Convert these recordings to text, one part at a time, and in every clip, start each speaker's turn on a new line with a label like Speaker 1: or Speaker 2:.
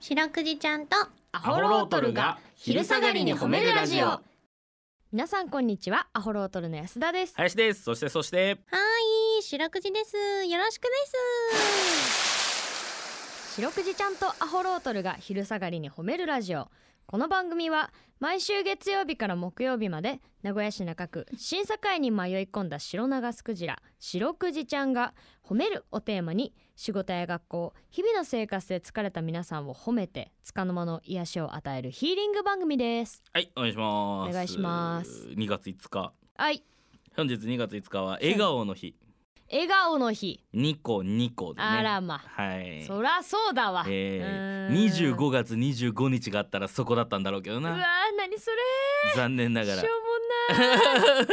Speaker 1: 白くじちゃんと
Speaker 2: ア
Speaker 3: ホロートルが昼下がりに褒めるラジオ
Speaker 2: 皆さんこんにちはアホロートルの安田です、
Speaker 3: 林ですそしてそして
Speaker 1: いい白くじですよろしくです
Speaker 2: 白くじちゃんとアホロートルが昼下がりに褒めるラジオこの番組は毎週月曜日から木曜日まで名古屋市中区審査会に迷い込んだ白長スクジラ白くじちゃんが褒めるをテーマに仕事や学校日々の生活で疲れた皆さんを褒めて束の間の癒しを与えるヒーリング番組です
Speaker 3: はいお願いします
Speaker 2: お願いします
Speaker 3: 2月5日
Speaker 2: はい
Speaker 3: 本日2月5日は笑顔の日
Speaker 2: 笑顔の日
Speaker 3: 2個2個でね
Speaker 2: あらま
Speaker 3: はい
Speaker 2: そらそうだわ、
Speaker 3: え
Speaker 2: う
Speaker 3: ー、
Speaker 2: ーん
Speaker 3: 25月25日があったらそこだったんだろうけど
Speaker 2: うわ
Speaker 3: な
Speaker 2: ー何それ
Speaker 3: 残念な
Speaker 2: しょ
Speaker 3: がら
Speaker 2: うもなーしょう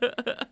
Speaker 2: もねえわ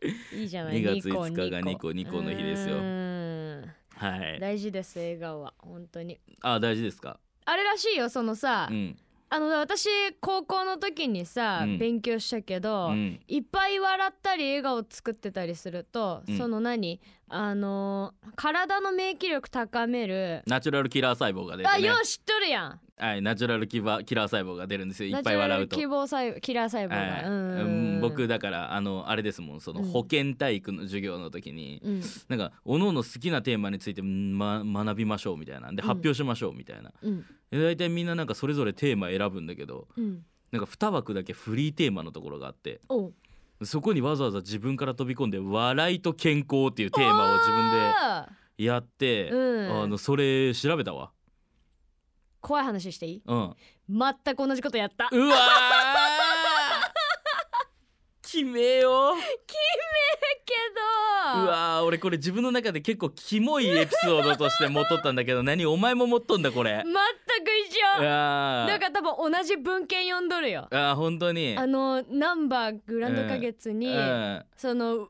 Speaker 2: ーいいじゃない
Speaker 3: 2月
Speaker 2: 二個
Speaker 3: 5日が
Speaker 2: 二個
Speaker 3: 二個二個の日ですよ
Speaker 2: うーん
Speaker 3: はい
Speaker 2: 大事です笑顔は本当に
Speaker 3: あ大事ですか
Speaker 2: あれらしいよそのさ、
Speaker 3: うん
Speaker 2: あの私高校の時にさ、
Speaker 3: うん
Speaker 2: 勉強したけ
Speaker 3: う
Speaker 2: ど、
Speaker 3: ん
Speaker 2: いっぱい笑ったり笑顔作ってたりすると、
Speaker 3: うん
Speaker 2: その何あのー体の免疫力高める、
Speaker 3: ナチュラルキラー細胞が出
Speaker 2: あ
Speaker 3: てね
Speaker 2: よう知っとるやん
Speaker 3: はいナチュラルキバキラー細胞が出るんですよいっぱい笑うと
Speaker 2: ナチュラル希望細胞キラー細胞
Speaker 3: はい
Speaker 2: が、うんうんうん
Speaker 3: 僕だからあのあれですもんその
Speaker 2: うん
Speaker 3: 保健体育の授業の時に、
Speaker 2: うん
Speaker 3: なんか各々好きなテーマについて、ま、学びましょうみたいなで
Speaker 2: うん
Speaker 3: 発表しましょうみたいな、
Speaker 2: うん
Speaker 3: で大体みんななんかそれぞれテーマ選ぶんだけど
Speaker 2: うん
Speaker 3: なんか2枠だけフリーテーマのところがあって
Speaker 2: おう
Speaker 3: そこにわざわざ自分から飛び込んで「笑いと健康」っていうテーマを自分
Speaker 2: あ
Speaker 3: でやって、
Speaker 2: うん
Speaker 3: あのそれ調べたわ。
Speaker 2: ー怖い話していい
Speaker 3: うん、
Speaker 2: 全く同じことやった
Speaker 3: うわ ー決めよう
Speaker 2: け
Speaker 3: う
Speaker 2: ど
Speaker 3: わー俺これ自分の中で結構キモいエピソードとして持っとったんだけど何お前も持っとんだこれ
Speaker 2: 全く一緒
Speaker 3: あ
Speaker 2: だから多分同じ文献読んどるよ
Speaker 3: あー本当に
Speaker 2: あのナンバーグランド花月
Speaker 3: う
Speaker 2: に、
Speaker 3: んは
Speaker 2: その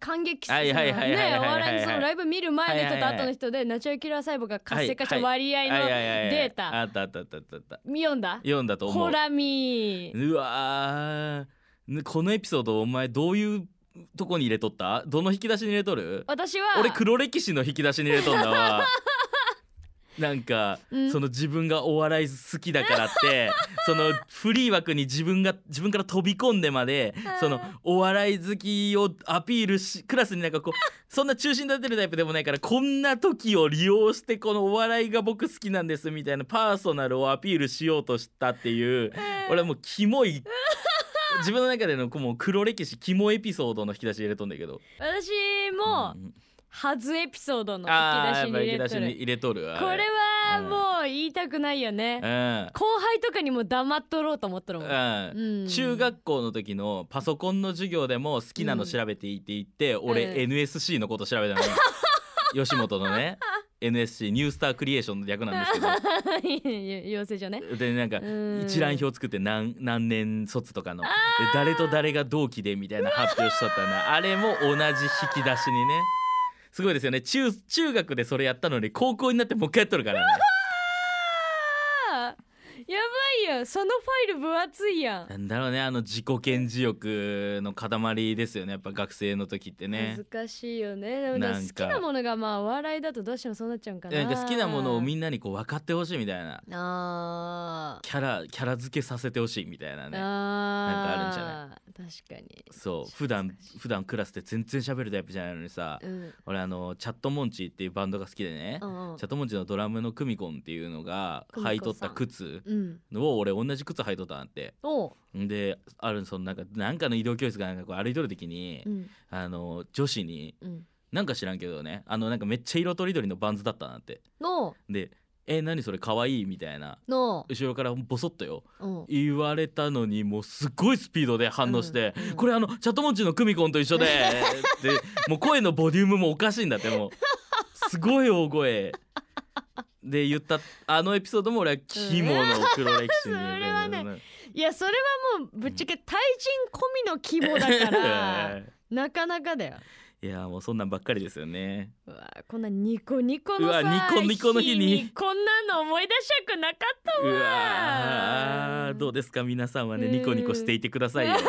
Speaker 2: 感激す
Speaker 3: はい
Speaker 2: るね
Speaker 3: はいはいはいはいはい
Speaker 2: お笑いのそのライブ見る前
Speaker 3: は
Speaker 2: の
Speaker 3: い
Speaker 2: 人
Speaker 3: はい
Speaker 2: と
Speaker 3: はい
Speaker 2: 後の人でナチュラルキラー細胞が活性化した
Speaker 3: はい
Speaker 2: 割合
Speaker 3: い
Speaker 2: の
Speaker 3: はいはい
Speaker 2: デー
Speaker 3: あ
Speaker 2: タ
Speaker 3: ったあったあったあったあった
Speaker 2: 読んだ
Speaker 3: 読んだと思
Speaker 2: ほ
Speaker 3: う
Speaker 2: らみー
Speaker 3: うわーねこのエピソードお前どういうとこに入れとったどの引き出しに入れとる
Speaker 2: 私は
Speaker 3: 俺黒歴史の引き出しに入れとんだ わなんか、
Speaker 2: うん
Speaker 3: その自分がお笑い好きだからって そのフリー枠に自分が自分から飛び込んでまで
Speaker 2: あー
Speaker 3: そのお笑い好きをアピールしクラスになんかこうそんな中心立てるタイプでもないからこんな時を利用してこのお笑いが僕好きなんですみたいなパーソナルをアピールしようとしたっていう俺はもうキモ い自分の中でのこうもう黒歴史キモエピソードの引き出し入れとんだけど。
Speaker 2: 私も
Speaker 3: うん
Speaker 2: ハズエピソードの
Speaker 3: あ
Speaker 2: 引き出しに
Speaker 3: ーや
Speaker 2: 入
Speaker 3: っぱ
Speaker 2: れ
Speaker 3: 引き
Speaker 2: て
Speaker 3: 出しに
Speaker 2: る
Speaker 3: 入れとる
Speaker 2: これはもう言いたくないよね
Speaker 3: は
Speaker 2: 後輩とかにも黙っとろうと思ってるもん
Speaker 3: うん、うん
Speaker 2: うん
Speaker 3: 中学校の時のパソコンの授業でも好きなの調べていいって言って、俺、
Speaker 2: うん
Speaker 3: NSC のこと調べたの よ吉本のね NSC ニュースタークリエーションの略なん ですけ
Speaker 2: 養成所ね
Speaker 3: どでなんか
Speaker 2: うん
Speaker 3: 一覧表作って何何年卒とかので誰と誰が同期でみたいな発表しとったなあれも同じ引き出しにねすごいですよね中中学でそれやったのに高校になってもう一回やっとるからね
Speaker 2: あーやばいよそのファイル分厚いやん
Speaker 3: なんだろうねあの自己顕示欲の塊ですよねやっぱ学生の時ってね
Speaker 2: 難しいよねでも
Speaker 3: なんか
Speaker 2: 好きなものがまあお笑いだとどうしてもそうなっちゃうんかな
Speaker 3: なんか好きなものをみんなにこう分かってほしいみたいな
Speaker 2: あー
Speaker 3: キャラキャラ付けさせてほしいみたいなねなん
Speaker 2: あ
Speaker 3: かあるんじ
Speaker 2: るんじゃない確かに
Speaker 3: そう普段普段クラスで全然喋るタイプじゃないのにさ
Speaker 2: うん
Speaker 3: 俺あのチャットモンチーっていうバンドが好きでね
Speaker 2: うん
Speaker 3: チャットモンチーのドラムのクミコンっていうのが
Speaker 2: クミコさん
Speaker 3: 履いとった靴
Speaker 2: うん
Speaker 3: を俺同じ靴履いとったなって
Speaker 2: おう、
Speaker 3: んであるそのなんかなんかの移動教室がなんかこう歩いとる時に、
Speaker 2: うん
Speaker 3: あの女子に
Speaker 2: うん、
Speaker 3: なんか知らんけどねあのなんかめっちゃ色とりどりのバンズだったなって
Speaker 2: の
Speaker 3: で「え何それかわいい」みたいな
Speaker 2: の
Speaker 3: 後ろからボソッとよ
Speaker 2: うん
Speaker 3: 言われたのにもうすごいスピードで反応して
Speaker 2: うん
Speaker 3: 「
Speaker 2: うん
Speaker 3: これあのチャットモンチーのクミコンと一緒で」ってもう声のボリュームもおかしいんだってもうすごい大声で言ったあのエピソードも俺はキモの黒歴史に
Speaker 2: うんそれはねいやそれはもうぶっちゃけ対人込みの規模だから なかなかだよ
Speaker 3: いやもうそんなんばっかりですよね
Speaker 2: うわこんなニコニコのさ
Speaker 3: うわニコニコの日に
Speaker 2: こんなの思い出したくなかった
Speaker 3: うわーどうですか皆さんはねニコニコしていてくださいよ
Speaker 2: うん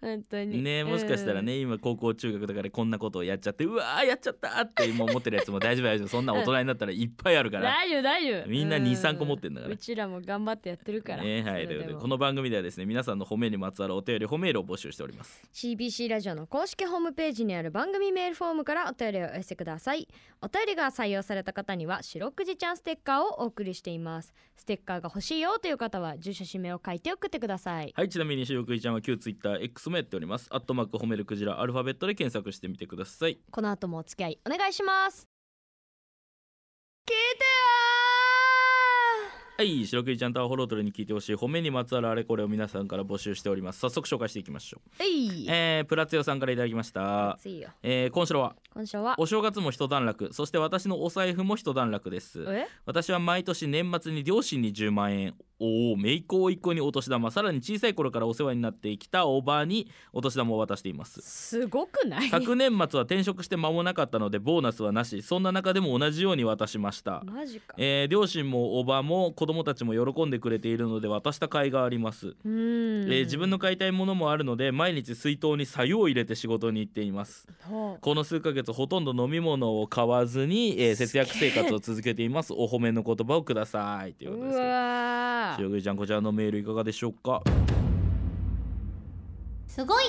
Speaker 2: 本当に
Speaker 3: ねもしかしたらね、今高校中学とかでこんなことをやっちゃってうわーやっちゃったーって今思ってるやつも大丈夫大丈夫そんな大人になったらいっぱいある
Speaker 2: う
Speaker 3: か
Speaker 2: ん
Speaker 3: ら。
Speaker 2: 大丈夫大丈夫
Speaker 3: みんな
Speaker 2: う
Speaker 3: 2 3個持ってんだから
Speaker 2: うちらも頑張ってやってるから
Speaker 3: ねはい、
Speaker 2: そ
Speaker 3: とい
Speaker 2: れ
Speaker 3: うこ
Speaker 2: で
Speaker 3: と
Speaker 2: も
Speaker 3: でこの番組ではですね皆さんの褒めにまつわるお便り褒めールを募集しております
Speaker 2: CBC ラジオの公式ホームページにある番組メールフォームからお便りをお寄せくださいお便りが採用された方には「白くじちゃんステッカー」をお送りしていますステッカーが欲しいよという方は住所氏名を書いて送ってください
Speaker 3: はいちなみにしろくじちゃんは旧 TwitterX もやっておりますアットマーク褒めるクジラアルファベットで検索してみてください
Speaker 2: この後もお付き合いお願いします聞いて
Speaker 3: はいしろくじちゃんとアホロートルに聞いてほしい褒めにまつわるあれこれを皆さんから募集しております早速紹介していきましょう
Speaker 2: よーえい
Speaker 3: えー、プラツヨさんからいただきました
Speaker 2: 熱いよ
Speaker 3: えー、今週は
Speaker 2: 今週は
Speaker 3: お正月も一段落そして私のお財布も一段落です
Speaker 2: え
Speaker 3: 私は毎年年末に両親に10万円おお姪っ子甥っ子にお年玉さらに小さい頃からお世話になってきたおばあにお年玉を渡しています
Speaker 2: すごくない
Speaker 3: 昨年末は転職して間もなかったのでボーナスはなしそんな中でも同じように渡しました
Speaker 2: マジか
Speaker 3: えー両親もおばも子供たちも喜んでくれているので渡した甲斐があります、
Speaker 2: うーん
Speaker 3: えー自分の買いたいものもあるので毎日水筒に白湯を入れて仕事に行っています
Speaker 2: ほう
Speaker 3: この数ヶ月ほとんど飲み物を買わずに、えー節約生活を続けていますお褒めの言葉をくださいということで
Speaker 2: う
Speaker 3: すけど
Speaker 2: わー
Speaker 3: 塩栗ちゃんこちらのメールいかがでしょうか
Speaker 1: すごい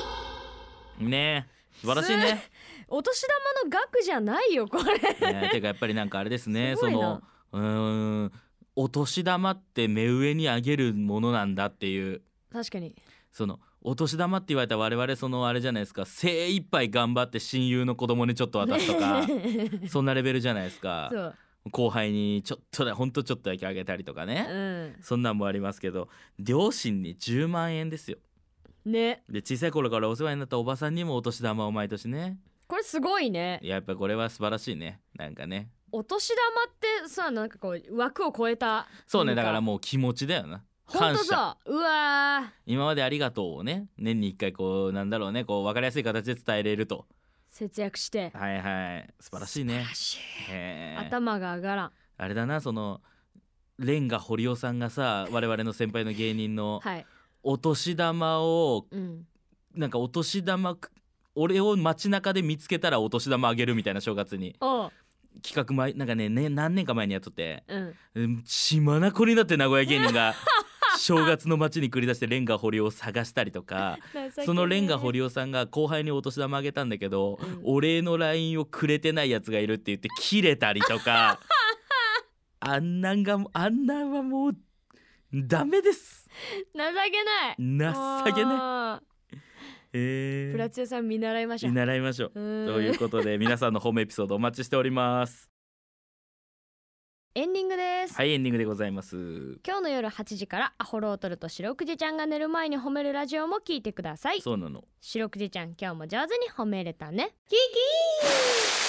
Speaker 3: ねえ素晴らしいね
Speaker 2: お年玉の額じゃないよこれ
Speaker 3: ねえてかやっぱりなんかあれですね
Speaker 2: す
Speaker 3: そ
Speaker 2: ごいな
Speaker 3: のうーんお年玉って目上にあげるものなんだっていう
Speaker 2: 確かに
Speaker 3: そのお年玉って言われた我々そのあれじゃないですか精一杯頑張って親友の子供にちょっと渡すとかそんなレベルじゃないですか
Speaker 2: そう
Speaker 3: 後輩にちょっとだほんとちょっとだけあげたりとかね、
Speaker 2: うん
Speaker 3: そんなんもありますけど両親に10万円ですよ
Speaker 2: ね
Speaker 3: で小さい頃からお世話になったおばさんにもお年玉を毎年ね
Speaker 2: これすごいね
Speaker 3: いややっぱこれは素晴らしいねなんかね
Speaker 2: お年玉ってさなんかこう枠を超えた
Speaker 3: そうね
Speaker 2: なん
Speaker 3: だからもう気持ちだよな
Speaker 2: ほん
Speaker 3: 感
Speaker 2: と
Speaker 3: 謝
Speaker 2: さうわー
Speaker 3: 今までありがとうをね年に一回こうなんだろうねこう分かりやすい形で伝えれると
Speaker 2: 節約して
Speaker 3: はいはい素晴らしいね
Speaker 2: し
Speaker 3: へー
Speaker 2: 頭が上がらん
Speaker 3: あれだなそのレンガ堀尾さんがさ我々の先輩の芸人の
Speaker 2: はい
Speaker 3: お年玉を
Speaker 2: うん
Speaker 3: なんかお年玉俺を街中で見つけたらお年玉あげるみたいな正月に
Speaker 2: おう
Speaker 3: 企画前なんかねね何年か前にやっとって
Speaker 2: うん
Speaker 3: うん血まなこになって名古屋芸人 が正月の街に繰り出してレンガ堀尾を探したりと かそのレンガ
Speaker 2: り
Speaker 3: 堀尾さんが後輩にお年玉あげたんだけど、
Speaker 2: うん
Speaker 3: お礼の LINE をくれてないやつがいるって言って切れたりと かあんなんがあんなんはもうダメです
Speaker 2: 情けない
Speaker 3: 情けない
Speaker 2: あ
Speaker 3: え
Speaker 2: ー
Speaker 3: ー
Speaker 2: プラチナさん見習いましょう
Speaker 3: 見習いましょう
Speaker 2: うん
Speaker 3: ということで皆さんのホームエピソードお待ちしております
Speaker 2: エンディングです
Speaker 3: はいエンディングでございます
Speaker 2: 今日の夜8時からアホロートルと白くじちゃんが寝る前に褒めるラジオも聞いてください
Speaker 3: そうなの
Speaker 2: 白くじちゃん今日も上手に褒めれたね
Speaker 1: キキー